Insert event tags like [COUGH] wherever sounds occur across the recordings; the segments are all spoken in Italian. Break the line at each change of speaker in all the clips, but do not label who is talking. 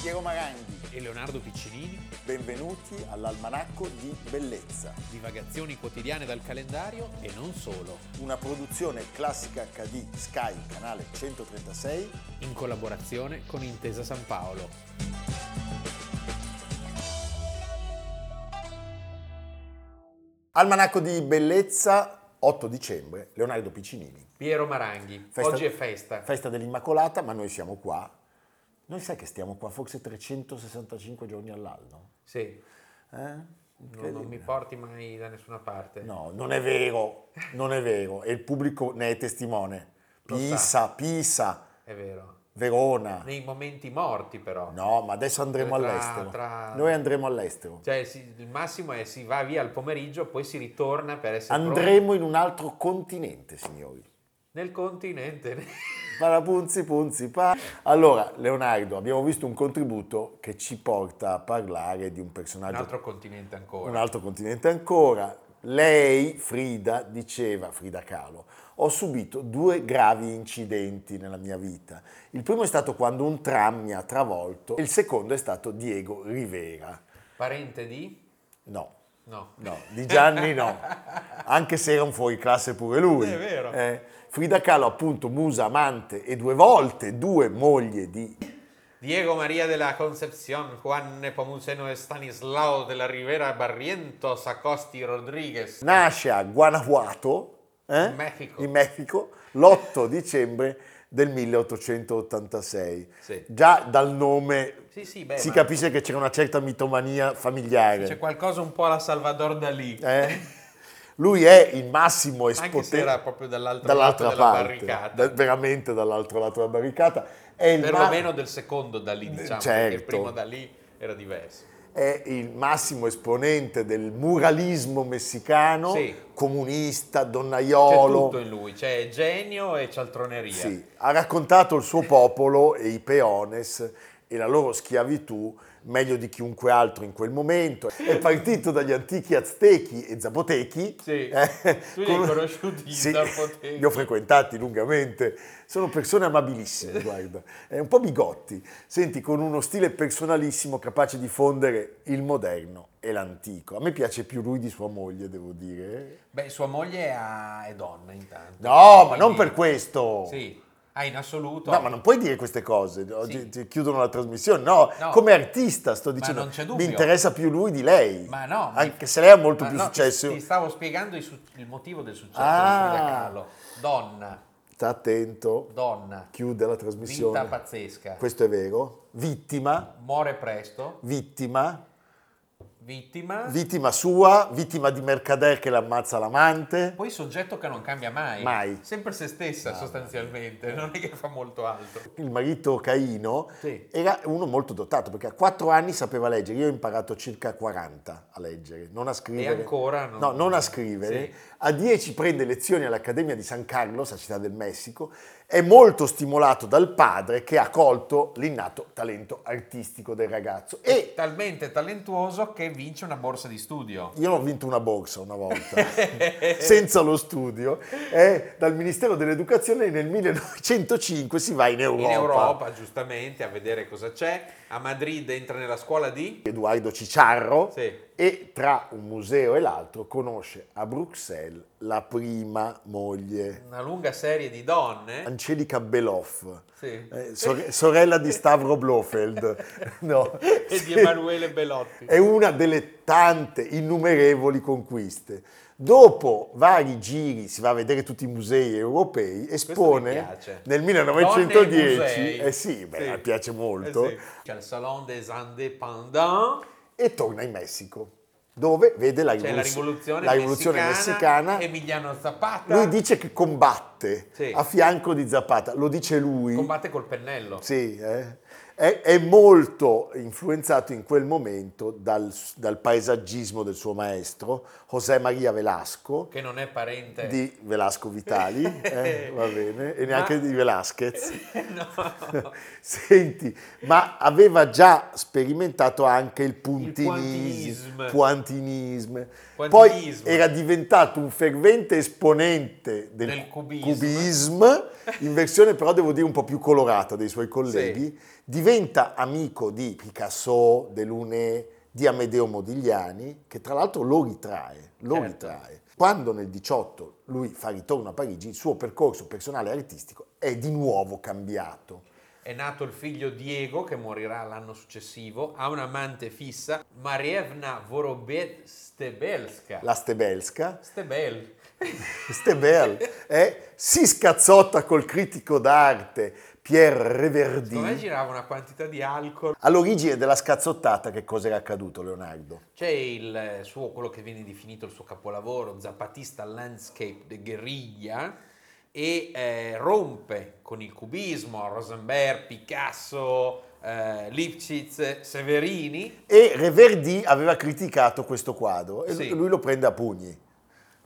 Piero Maranghi.
e Leonardo Piccinini,
Benvenuti all'Almanacco di Bellezza,
divagazioni quotidiane dal calendario e non solo,
una produzione classica HD Sky, canale 136.
in collaborazione con Intesa San Paolo.
Almanacco di Bellezza, 8 dicembre, Leonardo Piccinini.
Piero Maranghi,
Festa-
oggi è festa.
Festa dell'Immacolata, ma noi siamo qua. Noi sai che stiamo qua forse 365 giorni all'anno?
sì,
Eh?
non, non mi
Incredibile.
porti mai da nessuna parte.
No, non è vero, non è vero, e il pubblico ne è testimone.
Lo
Pisa,
sa.
Pisa,
È vero.
Verona.
Nei momenti morti però.
No, ma adesso andremo
Tra-
all'estero.
tra-
Noi andremo all'estero.
Cioè si- il massimo è si va via al pomeriggio, poi si ritorna per essere pronti.
Andremo in un altro continente, signori.
nel continente. [LAUGHS]
Parapunzi, punzi, pa. Allora, Leonardo, abbiamo visto un contributo che ci porta a parlare di un
Un
personaggio,
altro continente ancora.
un altro continente ancora. Lei, Frida, diceva, Frida Kahlo, ho subito due gravi incidenti nella mia vita. Il primo è stato quando un tram mi ha travolto, il secondo è stato Diego Rivera.
Parente di?
No,
No.
No, di Gianni no, anche se era un fuoriclasse pure lui.
È vero.
Eh, Frida Kahlo, appunto, musa amante e due volte due moglie di...
Diego María de la Concepción, Juan Nepomuceno Stanislao de la Rivera Barrientos Acosti Rodríguez.
Nasce a Guanajuato, eh,
In Messico.
in Messico, l'8 dicembre del 1886.
Sì.
Già dal nome
Sì, sì, beh,
si
ma
capisce che c'era una certa mitomania familiare.
c'è qualcosa un po' alla Salvador Dalì,
eh. Lui è il massimo
anche
esponente...
se era proprio dall'altro
dall'altra
lato della
parte,
barricata,
da- veramente dall'altro lato della barricata. È il, ma-
perlomeno del secondo Dalì, diciamo, perché il
certo.
primo Dalì era diverso.
è il massimo esponente del muralismo messicano,
Sì.
comunista,
C'è
donnaiolo.
tutto in lui, c'è genio e cialtroneria.
Sì, ha raccontato il
Eh.
suo popolo e i peones e la loro schiavitù meglio di chiunque altro in quel momento. È partito dagli antichi aztechi e zapotechi.
Sì,
Eh,
tu li hai conosciuti i zapotechi.
Li ho frequentati lungamente. Sono persone
[LAUGHS]
amabilissime, guarda. È un po' bigotti. Senti, con uno stile personalissimo capace di fondere il moderno e l'antico. A me piace più lui di sua moglie, devo dire.
Beh, sua moglie ha- è donna intanto.
No, ma non
Quindi-
per questo.
Sì, ah, in assoluto.
No, ma non puoi dire queste cose, oggi
Sì.
ti chiudono la trasmissione. No,
No.
come artista sto dicendo,
non c'è dubbio.
mi interessa più lui di lei.
Ma no, ma-
Anche se lei ha molto
Ma
più
Ah, no,
successo.
Ti, ti stavo spiegando il, su- il motivo del successo
Ah.
di Frida Kahlo. Donna,
Sta attento,
donna,
chiude la
vita
trasmissione.
pazzesca,
Questo è vero. Vittima,
muore presto,
vittima,
vittima,
vittima sua, vittima di Mercader che l'ammazza l'amante.
poi soggetto che non cambia mai.
Mai.
Sempre se stessa sostanzialmente, non è che fa molto altro.
Il marito Caino
Sì.
era uno molto dotato perché a 4 anni sapeva leggere. Io ho imparato circa 40 a leggere, non a
E
scrivere.
ancora non...
No, non a scrivere.
Sì.
A 10 prende lezioni all'Accademia di San Carlos, a Città del Messico. È molto stimolato dal padre che ha colto l'innato talento artistico del ragazzo. E
Talmente talentuoso che vince una borsa di studio.
io ho vinto una borsa una volta,
[LAUGHS]
[LAUGHS] senza lo studio. E dal Ministero dell'Educazione nel 1905 si va in Europa.
In Europa, giustamente, a vedere cosa c'è. A Madrid entra nella scuola di...
Edoardo Cicciarro.
Sì.
E tra un museo e l'altro conosce a Bruxelles la prima moglie,
Una lunga serie di donne.
Angelica Beloff.
Sì.
Eh,
[LAUGHS]
sor- sorella di Stavro Blofeld, [LAUGHS] no,
e di Emanuele Belotti.
è una delle tante innumerevoli conquiste. Dopo vari giri, si va a vedere tutti i musei europei,
mi
espone
piace.
nel
Donne e
1910,
musei.
eh sì, beh,
Sì.
mi piace molto,
Eh sì. C'è il Salon des Indépendants,
e torna in Messico, dove vede la,
c'è la
rivoluz-
rivoluzione,
la rivoluzione messicana.
Emiliano Zapata
Lui dice che combatte
Sì.
a fianco di Zapata, lo dice lui.
combatte col pennello.
Sì, eh. è, è molto influenzato in quel momento dal, dal paesaggismo del suo maestro, José Maria Velasco,
Che non è parente
di Velasco Vitali, eh, va bene, e
Ma-
neanche di Velasquez.
[LAUGHS] no.
[LAUGHS] Senti, ma aveva già sperimentato anche il puntinismo.
quantinism.
Quantinismo. Poi
Quantinismo.
era diventato un fervente esponente del,
Del cubismo.
cubismo, in versione però devo dire un po' più colorata dei suoi colleghi, diventa amico di Picasso, Delaunay, di Amedeo Modigliani, che tra l'altro lo ritrae, lo
Certo.
ritrae. Quando nel 18 lui fa ritorno a Parigi, il suo percorso personale e artistico è di nuovo cambiato.
È nato il figlio Diego, che morirà l'anno successivo, ha un'amante fissa, Marievna Vorobet Stebelska.
La Stebelska,
Stebel.
Stebel, eh, si scazzotta col critico d'arte Pierre Reverdy.
Secondo me girava una quantità di alcol.
All'origine della scazzottata che cosa era accaduto Leonardo?
C'è il eh, suo, quello che viene definito il suo capolavoro, Zapatista Landscape de Guerriglia, e eh, rompe con il cubismo, Rosenberg, Picasso, eh, Lipschitz, Severini,
E Reverdy aveva criticato questo quadro e
Sì.
lui lo prende a pugni.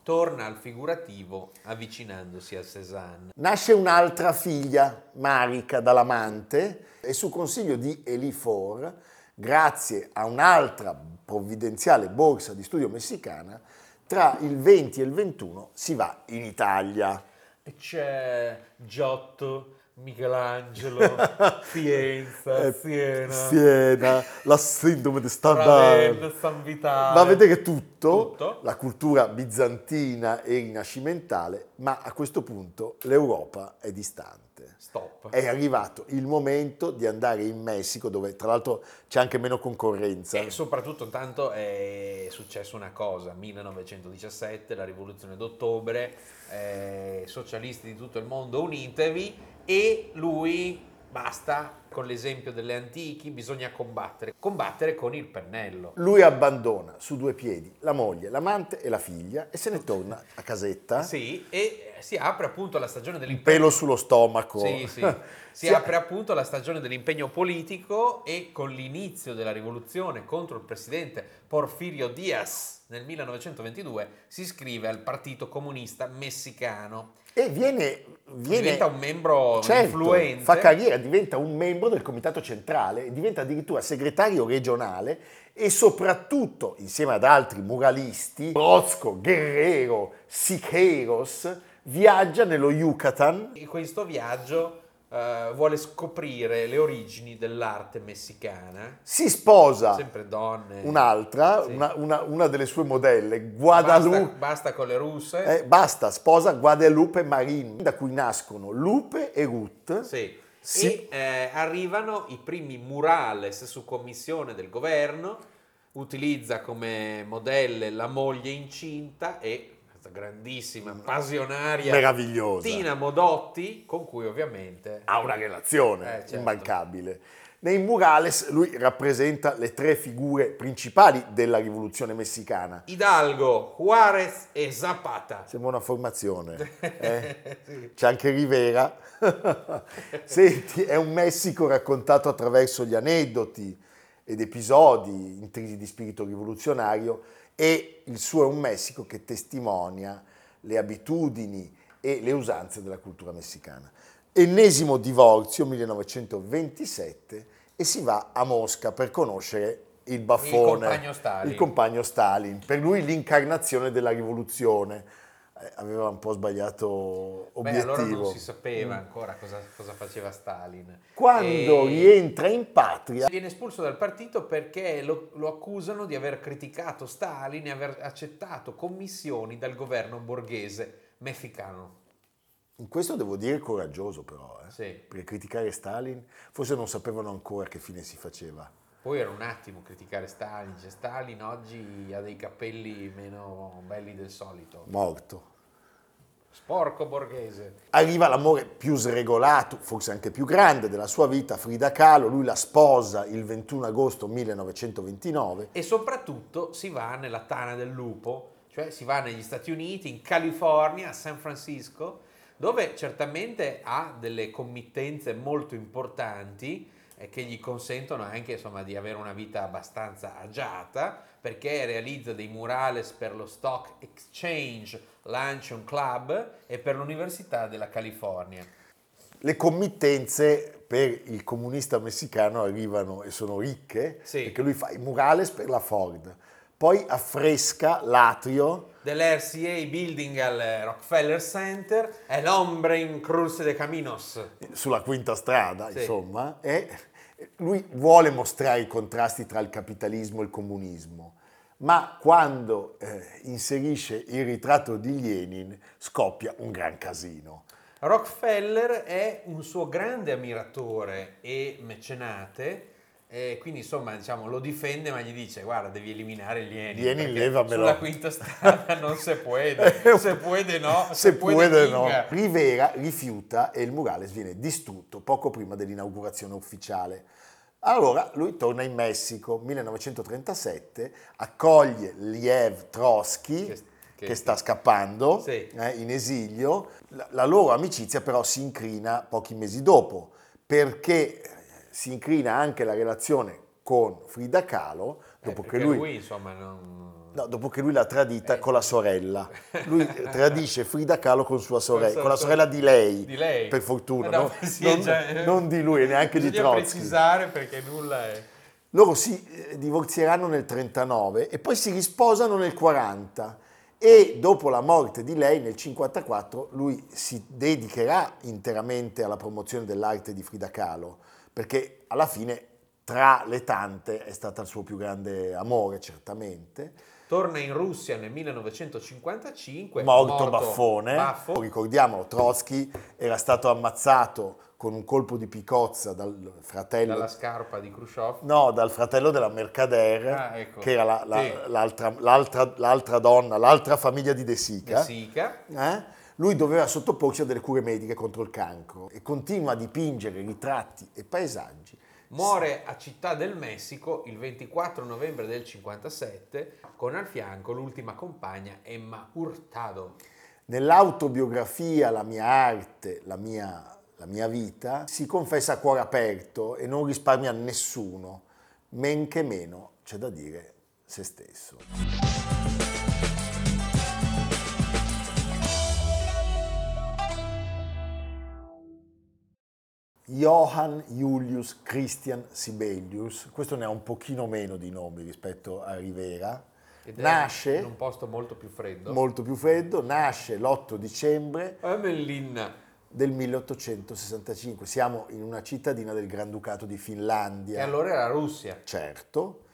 torna al figurativo avvicinandosi a Cézanne.
Nasce un'altra figlia, Marica, dall'amante e su consiglio di Elie Faure, grazie a un'altra provvidenziale borsa di studio messicana, tra il 20 e il 21 si va in Italia.
E c'è Giotto,
[LAUGHS]
Michelangelo, Fienza,
Eh,
Siena,
Siena, la sindrome di
Ravenna,
Stendhal.
San Vitale.
Va a vedere tutto,
Tutto.
la cultura bizantina e rinascimentale, ma a questo punto l'Europa è distante.
Stop.
È arrivato il momento di andare in Messico, dove tra l'altro c'è anche meno concorrenza.
E soprattutto tanto è successa una cosa, 1917, la rivoluzione d'ottobre, eh, socialisti di tutto il mondo unitevi e lui basta con l'esempio delle antichi, bisogna combattere, combattere con il pennello.
Lui abbandona su due piedi la moglie, l'amante e la figlia e se ne torna a casetta,
Sì, e si apre appunto la stagione dell'impegno.
Ah. pelo sullo stomaco. [LAUGHS]
Sì, sì. Si
Si-
apre appunto la stagione dell'impegno politico e con l'inizio della rivoluzione contro il presidente Porfirio Diaz nel 1922 si iscrive al Partito Comunista Messicano.
E viene, viene-
Diventa un membro
Certo,
influente.
Fa carriera, diventa un membro del comitato centrale, diventa addirittura segretario regionale e soprattutto, insieme ad altri muralisti, Brozco, Guerrero, Siqueiros, viaggia nello Yucatan.
E questo viaggio eh, vuole scoprire le origini dell'arte messicana.
Si sposa
Sempre donne.
Ah. un'altra,
Sì.
una, una- una delle sue modelle,
Basta,
Guadalupe.
basta con le russe.
Eh, basta, sposa Guadalupe Marin, da cui nascono Lupe e Ruth.
Sì.
Sì.
E eh, arrivano i primi murales su commissione del governo, utilizza come modelle la moglie incinta e questa grandissima,
Mm.
passionaria
Meravigliosa.
Tina Modotti, con cui ovviamente...
ha una relazione
Eh, certo.
immancabile. Nei murales lui rappresenta le tre figure principali della rivoluzione messicana.
Hidalgo, Juarez e Zapata.
Sembra una
[LAUGHS]
formazione. eh?
Sì.
C'è anche Rivera. [LAUGHS] Senti, è un Messico raccontato attraverso gli aneddoti ed episodi intrisi di spirito rivoluzionario e il suo è un Messico che testimonia le abitudini e le usanze della cultura messicana. Ennesimo divorzio 1927 e si va a Mosca per conoscere il baffone,
compagno Stalin.
il compagno Stalin. per lui l'incarnazione della rivoluzione. Eh, Aveva un po' sbagliato
Beh,
obiettivo. Mm.
allora non si sapeva ancora cosa, cosa faceva Stalin.
Quando
E-
rientra in patria,
Viene espulso dal partito perché lo, lo accusano di aver criticato Stalin e aver accettato commissioni dal governo borghese messicano.
in questo devo dire coraggioso però, eh,
Sì.
perché criticare Stalin, forse non sapevano ancora che fine si faceva.
Poi era un attimo criticare Stalin, cioè Stalin oggi ha dei capelli meno belli del solito.
Morto.
Sporco borghese.
Arriva l'amore più sregolato, forse anche più grande della sua vita, Frida Kahlo, lui la sposa il 21 agosto 1929.
E soprattutto si va nella tana del lupo, cioè si va negli Stati Uniti, in California, a San Francisco, dove certamente ha delle committenze molto importanti eh, che gli consentono anche insomma, di avere una vita abbastanza agiata, perché realizza dei murales per lo Stock Exchange Luncheon Club e per l'Università della California.
Le committenze per il comunista messicano arrivano e sono ricche,
Sì.
perché lui fa i murales per la Ford, poi affresca l'atrio
Dell'RCA Building al eh, Rockefeller Center è l'Ombre in Cruz de Caminos.
sulla quinta strada,
Sì.
insomma, e, Lui vuole mostrare i contrasti tra il capitalismo e il comunismo, ma quando eh, inserisce il ritratto di Lenin scoppia un gran casino.
Rockefeller è un suo grande ammiratore e mecenate, e quindi insomma diciamo, lo difende ma gli dice guarda devi eliminare gli eni.
Lenin,
perché
levamelo."
Sulla quinta strada non se
[LAUGHS]
puede, se puede no, se,
Eh, Se
puede, Eh,
puede no.
minga.
Rivera rifiuta e il murales viene distrutto poco prima dell'inaugurazione ufficiale. Allora lui torna in Messico, 1937, accoglie Liev Trotsky,
Che-
che,
che-
sta scappando
Sì.
eh, in esilio. La, la loro amicizia però si incrina pochi mesi dopo, perché eh, si incrina anche la relazione con Frida Kahlo, dopo
Eh,
che
perché
lui
insomma non...
No, dopo che lui l'ha tradita
Eh.
con la sorella. Lui eh, tradisce Frida Kahlo con sua sorella,
sua
con la
sorella.
sorella di lei,
Di lei.
per fortuna,
Eh no,
no?
[LAUGHS] sì,
non,
cioè,
non di lui e neanche di
bisogna
Trotsky.
precisare perché nulla è...
Loro si eh, divorzieranno nel 39 e poi si risposano nel 40 e dopo la morte di lei nel 54 lui si dedicherà interamente alla promozione dell'arte di Frida Kahlo, perché alla fine tra le tante è stata il suo più grande amore, certamente.
Torna in Russia nel 1955,
morto, baffone.
baffo,
Ricordiamolo, Trotsky era stato ammazzato con un colpo di picozza dal fratello,
dalla scarpa di Khrushchev.
no, dal fratello della Mercader,
Ah, ecco.
che era la- la-
Sì.
l'altra, l'altra- l'altra donna, l'altra famiglia di De Sica.
De Sica.
Eh? Lui doveva sottoporsi a delle cure mediche contro il cancro e continua a dipingere ritratti e paesaggi.
Muore a Città del Messico il 24 novembre del 57 con al fianco l'ultima compagna Emma Hurtado.
Nell'autobiografia La mia arte, la mia, la mia vita, si confessa a cuore aperto e non risparmia nessuno, men che meno c'è da dire se stesso. Johann Julius Christian Sibelius, questo ne ha un pochino meno di nomi rispetto a Rivera,
Ed è
nasce...
in un posto molto più freddo.
Molto più freddo, nasce l'8 dicembre
Eh, Mellin,
del 1865. Siamo in una cittadina del Granducato di Finlandia,
e allora era Russia.
certo,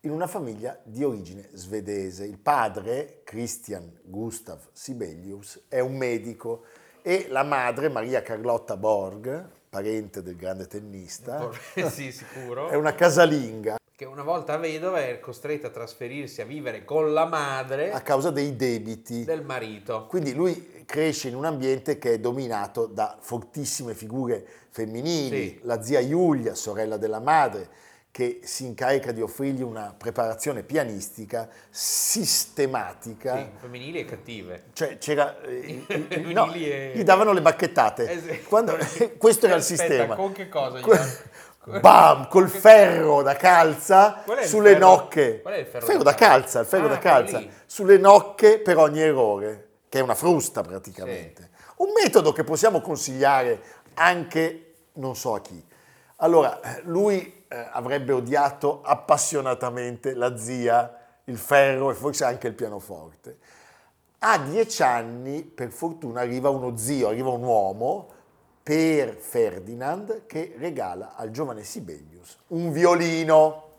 in una famiglia di origine svedese. Il padre, Christian Gustav Sibelius, è un medico e la madre, Maria Carlotta Borg, parente del grande tennista,
[LAUGHS] sì, sicuro.
è una casalinga
Che una volta vedova è costretta a trasferirsi a vivere con la
a
madre
causa dei debiti.
del marito.
Quindi lui cresce in un ambiente che è dominato da fortissime figure femminili,
Sì.
la zia Giulia, sorella della madre, che si incarica di offrirgli una preparazione pianistica sistematica.
Sì, femminili e cattive.
Cioè c'era... eh, i- i-
[LAUGHS]
i- no,
Lì è-
gli davano le bacchettate.
Eh sì. [LAUGHS]
Quando- [LAUGHS] questo era il
Aspetta,
sistema.
con che cosa gli
Que- [LAUGHS]
davano?
Bam, col ferro da calza
Qual è il
sulle
ferro-
nocche.
qual è il ferro da
da
calza?
calza? Il ferro
Ah,
da calza.
quello lì.
Sulle nocche per ogni errore, che è una frusta praticamente. Un metodo che possiamo consigliare anche non so a chi. Allora, lui eh, avrebbe odiato appassionatamente la zia, il ferro e forse anche il pianoforte. A dieci anni, per fortuna, arriva uno zio, arriva un uomo, Per Ferdinand, che regala al giovane Sibelius un violino.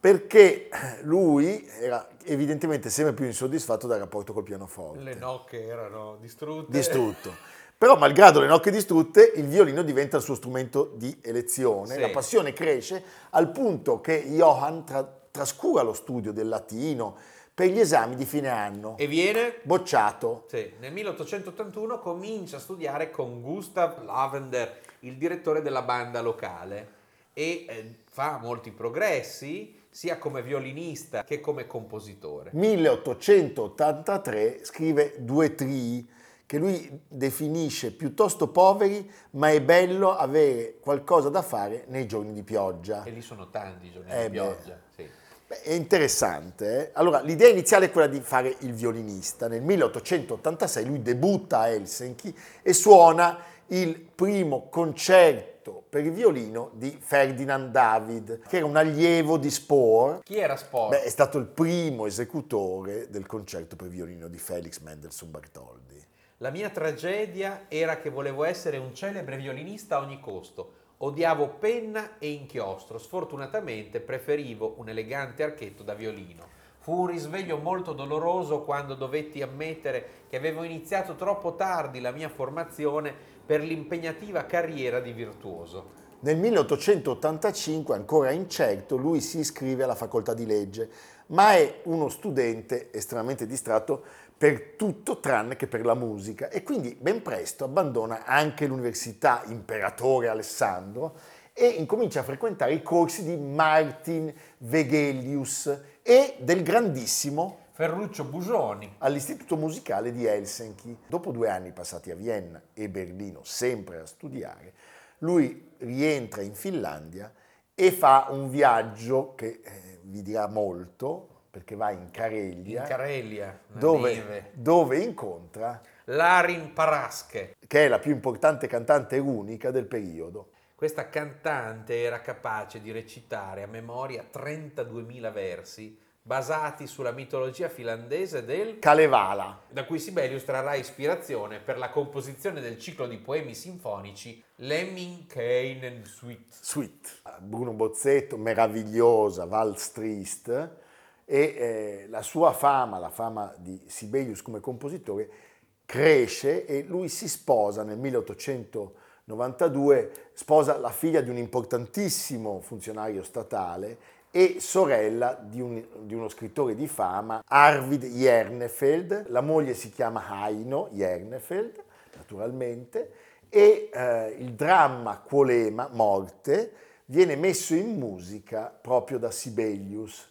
Perché lui era evidentemente sempre più insoddisfatto dal rapporto col pianoforte.
Le nocche erano distrutte.
Distrutto. Però, malgrado le nocche distrutte, il violino diventa il suo strumento di elezione.
Sì.
La passione cresce al punto che Johann tra- trascura lo studio del latino per gli esami di fine anno.
E viene?
Bocciato.
Sì, nel 1881 comincia a studiare con Gustav Lavender, il direttore della banda locale, e eh, fa molti progressi sia come violinista che come compositore.
1883 scrive due trii che lui definisce piuttosto poveri, ma è bello avere qualcosa da fare nei giorni di pioggia.
E lì sono tanti i giorni
Eh,
di
beh.
pioggia. sì.
Beh, è interessante. eh? Allora, l'idea iniziale è quella di fare il violinista. Nel 1886 lui debutta a Helsinki e suona il primo concerto per il violino di Ferdinand David, che era un allievo di Spohr.
Chi era Sport?
Beh, è stato il primo esecutore del concerto per violino di Felix Mendelssohn Bartholdy.
La mia tragedia era che volevo essere un celebre violinista a ogni costo. Odiavo penna e inchiostro, sfortunatamente preferivo un elegante archetto da violino. Fu un risveglio molto doloroso quando dovetti ammettere che avevo iniziato troppo tardi la mia formazione per l'impegnativa carriera di virtuoso.
Nel 1885, ancora incerto, lui si iscrive alla facoltà di legge, ma è uno studente estremamente distratto per tutto tranne che per la musica e quindi ben presto abbandona anche l'università imperatore Alessandro e incomincia a frequentare i corsi di Martin Vegelius e del grandissimo
Ferruccio Busoni,
all'Istituto Musicale di Helsinki. Dopo due anni passati a Vienna e Berlino sempre a studiare, lui rientra in Finlandia e fa un viaggio che eh, vi dirà molto, perché va in Carelia,
in Carelia, la
dove,
neve.
dove incontra,
Larin Parasche.
che è la più importante cantante unica del periodo.
Questa cantante era capace di recitare a memoria 32.000 versi basati sulla mitologia finlandese del
Kalevala,
da cui Sibelius trarrà ispirazione per la composizione del ciclo di poemi sinfonici Lemminkäinen Suite.
Sweet, Bruno Bozzetto, meravigliosa, Vals Trist, e eh, la sua fama, la fama di Sibelius come compositore, cresce e lui si sposa nel 1892, sposa la figlia di un importantissimo funzionario statale e sorella di, un- di uno scrittore di fama, Arvid Jernefeld, la moglie si chiama Haino Jernefeld, naturalmente, e eh, il dramma Quolema, Morte, viene messo in musica proprio da Sibelius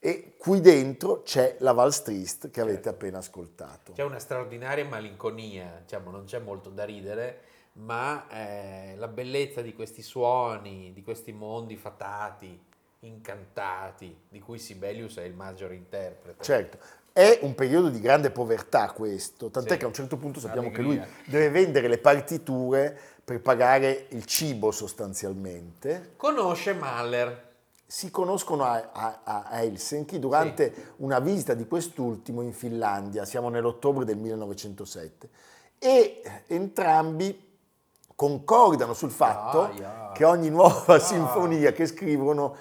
e qui dentro c'è la Vals Trist che avete appena ascoltato.
C'è una straordinaria malinconia, diciamo, non c'è molto da ridere, ma eh, la bellezza di questi suoni, di questi mondi fatati, incantati, di cui Sibelius è il maggiore interprete.
Certo, è un periodo di grande povertà questo, tant'è
Sì.
che a un certo punto sappiamo che
Allegria.
lui deve vendere le partiture per pagare il cibo sostanzialmente.
Conosce Mahler,
Si conoscono a, a- a Helsinki durante una visita di quest'ultimo in Finlandia, siamo nell'ottobre del 1907, e entrambi concordano sul fatto
Ah, yeah.
che ogni nuova [LAUGHS]
Ah.
sinfonia che scrivono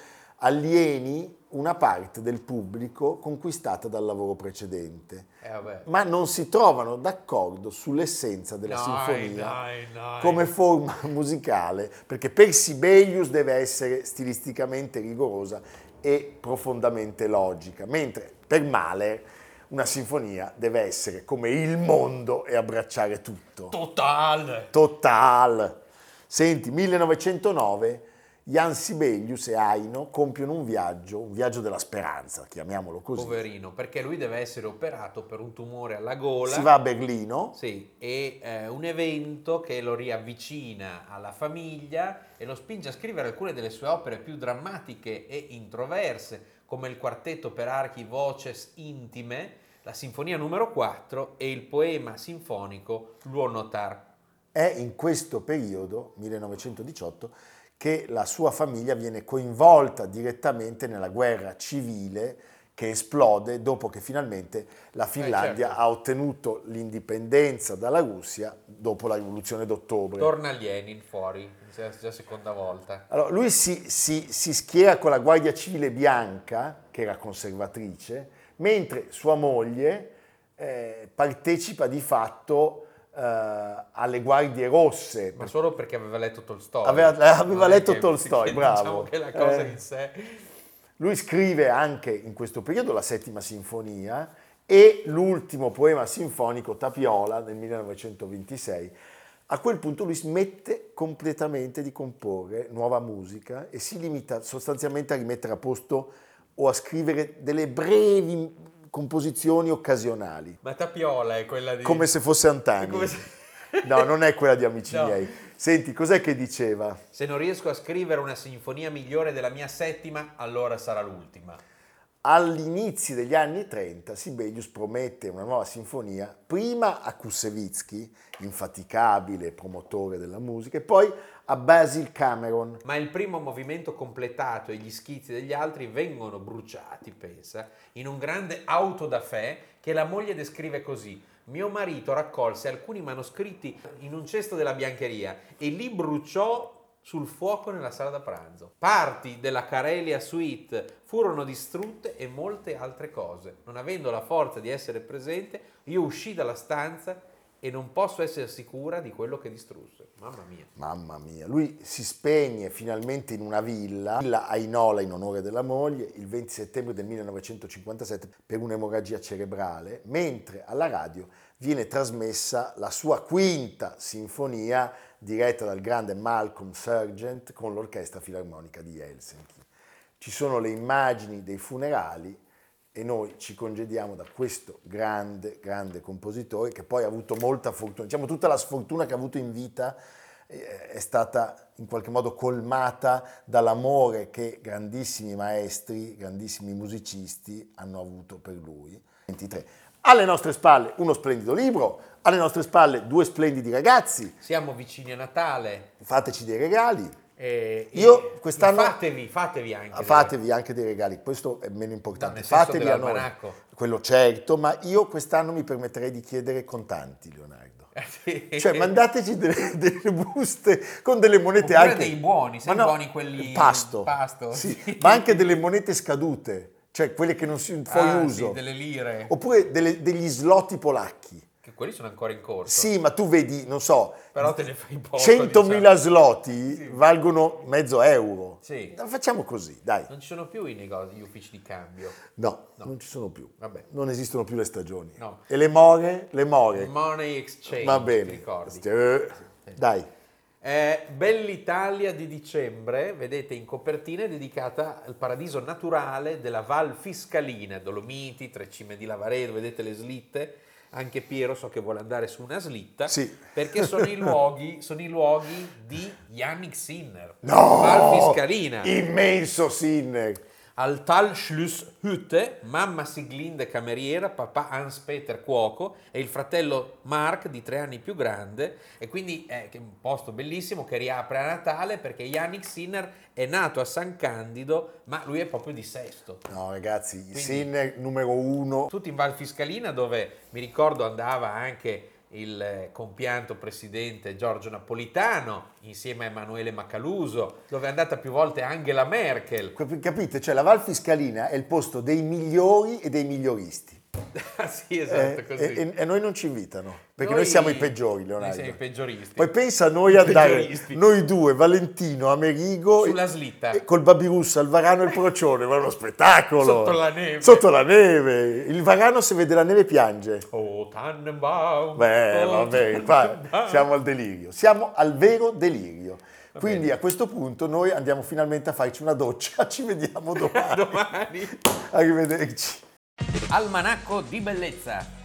alieni una parte del pubblico conquistata dal lavoro precedente
eh, vabbè.
ma non si trovano d'accordo sull'essenza della
Dai,
sinfonia
dai, dai.
come forma [LAUGHS] musicale, perché per Sibelius deve essere stilisticamente rigorosa e profondamente logica, mentre per Mahler una sinfonia deve essere come il mondo e abbracciare tutto.
Totale!
Total. Senti, 1909 Jan Sibelius e Aino compiono un viaggio, un viaggio della speranza, chiamiamolo così.
Poverino, perché lui deve essere operato per un tumore alla gola.
Si va a Berlino.
Sì, e eh, un evento che lo riavvicina alla famiglia e lo spinge a scrivere alcune delle sue opere più drammatiche e introverse, come il quartetto per archi Voces Intime, la sinfonia numero 4 e il poema sinfonico L'Uonotar.
È in questo periodo, 1918, che la sua famiglia viene coinvolta direttamente nella guerra civile che esplode dopo che finalmente la Finlandia
certo.
ha ottenuto l'indipendenza dalla Russia dopo la rivoluzione d'ottobre.
Torna Lenin fuori, già, già seconda volta.
Allora, lui si, si- si schiera con la Guardia Civile Bianca, che era conservatrice, mentre sua moglie eh, partecipa di fatto eh, alle Guardie Rosse.
Ma solo perché aveva letto Tolstoi.
Aveva- eh, aveva
Non è
letto
che-
Tolstoi,
che
bravo.
[LAUGHS] Diciamo che la cosa
Eh.
in sé...
Lui scrive anche in questo periodo la settima sinfonia e l'ultimo poema sinfonico Tapiola del 1926. A quel punto lui smette completamente di comporre nuova musica e si limita sostanzialmente a rimettere a posto o a scrivere delle brevi composizioni occasionali,
Ma Tapiola è quella di... [LAUGHS]
come se fosse Antani.
Come se-
No, non è quella di Amici
[LAUGHS] No.
miei. Senti, cos'è che diceva?
[LAUGHS] Se non riesco a scrivere una sinfonia migliore della mia settima, allora sarà l'ultima.
All'inizio degli anni 30 Sibelius promette una nuova sinfonia prima a Kusevitsky, infaticabile promotore della musica, e poi a Basil Cameron.
Ma il primo movimento completato e gli schizzi degli altri vengono bruciati, pensa, in un grande auto da fè che la moglie descrive così. Mio marito raccolse alcuni manoscritti in un cesto della biancheria e li bruciò sul fuoco nella sala da pranzo. Parti della Carelia Suite furono distrutte e molte altre cose. Non avendo la forza di essere presente, io uscii dalla stanza e non posso essere sicura di quello che distrusse. Mamma mia.
Mamma mia, lui si spegne finalmente in una villa, villa Ainola in onore della moglie, il 20 settembre del 1957 per un'emorragia cerebrale, mentre alla radio viene trasmessa la sua quinta sinfonia diretta dal grande Malcolm Sargent con l'Orchestra Filarmonica di Helsinki. Ci sono le immagini dei funerali e noi ci congediamo da questo grande, grande compositore che poi ha avuto molta fortuna, diciamo tutta la sfortuna che ha avuto in vita eh, è stata in qualche modo colmata dall'amore che grandissimi maestri, grandissimi musicisti hanno avuto per lui. 23. Alle nostre spalle uno splendido libro, alle nostre spalle due splendidi ragazzi,
Siamo vicini a Natale.
fateci dei regali.
e- e-
Io quest'anno- Ah,
Fatevi, fatevi anche.
Fatevi anche dei regali, questo è meno importante.
nel senso
Fatevi a noi,
dell'almanacco.
quello certo, ma io quest'anno mi permetterei di chiedere contanti, Leonardo.
Eh, [LAUGHS] sì.
Cioè, mandateci delle, delle buste con delle monete
Oppure
anche.
dei buoni, sai,
Ma no,
buoni quelli-
Pasto.
pasto,
sì,
sì.
Ma anche delle monete scadute, cioè quelle che non si
Ah,
fuori
sì,
uso.
delle lire.
Oppure delle- degli slot polacchi.
Che quelli sono ancora in corso.
Sì, ma tu vedi, non so,
Però te ne fai poco.
100.000
diciamo.
slot
Sì.
valgono mezzo euro.
Sì.
Facciamo così, dai.
Non ci sono più i negozi, gli uffici di cambio.
No,
No.
non ci sono più.
Vabbè.
Non esistono più le stagioni.
No.
E le more? Le more.
Money exchange,
Va
ti
bene.
ricordi?
Eh, Dai.
Eh, Bell'Italia di dicembre, vedete in copertina, è dedicata al paradiso naturale della Val Fiscalina, Dolomiti, Tre Cime di Lavaredo, vedete le slitte. Anche Piero so che vuole andare su una slitta
Sì.
perché sono i luoghi, sono i luoghi di Yannick Sinner.
No!
Val Fiscalina.
Immenso Sinner.
Al Talschlusshütte, mamma Siglinde cameriera, papà Hans-Peter cuoco e il fratello Mark di tre anni più grande. E quindi è che è un posto bellissimo che riapre a Natale perché Yannick Sinner è nato a San Candido, ma lui è proprio di Sesto.
No, ragazzi, Sinner numero uno.
Tutti in Val Fiscalina dove mi ricordo andava anche il eh, compianto presidente Giorgio Napolitano insieme a Emanuele Macaluso, dove è andata più volte Angela Merkel. [LAUGHS]
Cap- Capite? Cioè, la Val Fiscalina è il posto dei migliori e dei miglioristi.
Ah, sì, esatto,
Eh,
così.
E, e- e noi non ci invitano, perché noi, siamo i peggiori, Leonardo.
Noi siamo i peggioristi.
Poi pensa a noi
I
andare,
peggioristi.
noi due, Valentino, Amerigo,
Sulla
e-
slitta.
e col Babirussa, il Varano e il Procione, ma è uno spettacolo.
Sotto la neve.
Sotto la neve. Il Varano se vede la neve piange.
Oh, Tannenbaum.
Beh,
oh,
vabbè, qua
Tannenbaum.
siamo al delirio, siamo al vero delirio. Quindi a questo punto noi andiamo finalmente a farci una doccia, [LAUGHS] ci
[LAUGHS]
vediamo domani.
Domani.
Arrivederci.
Almanacco di bellezza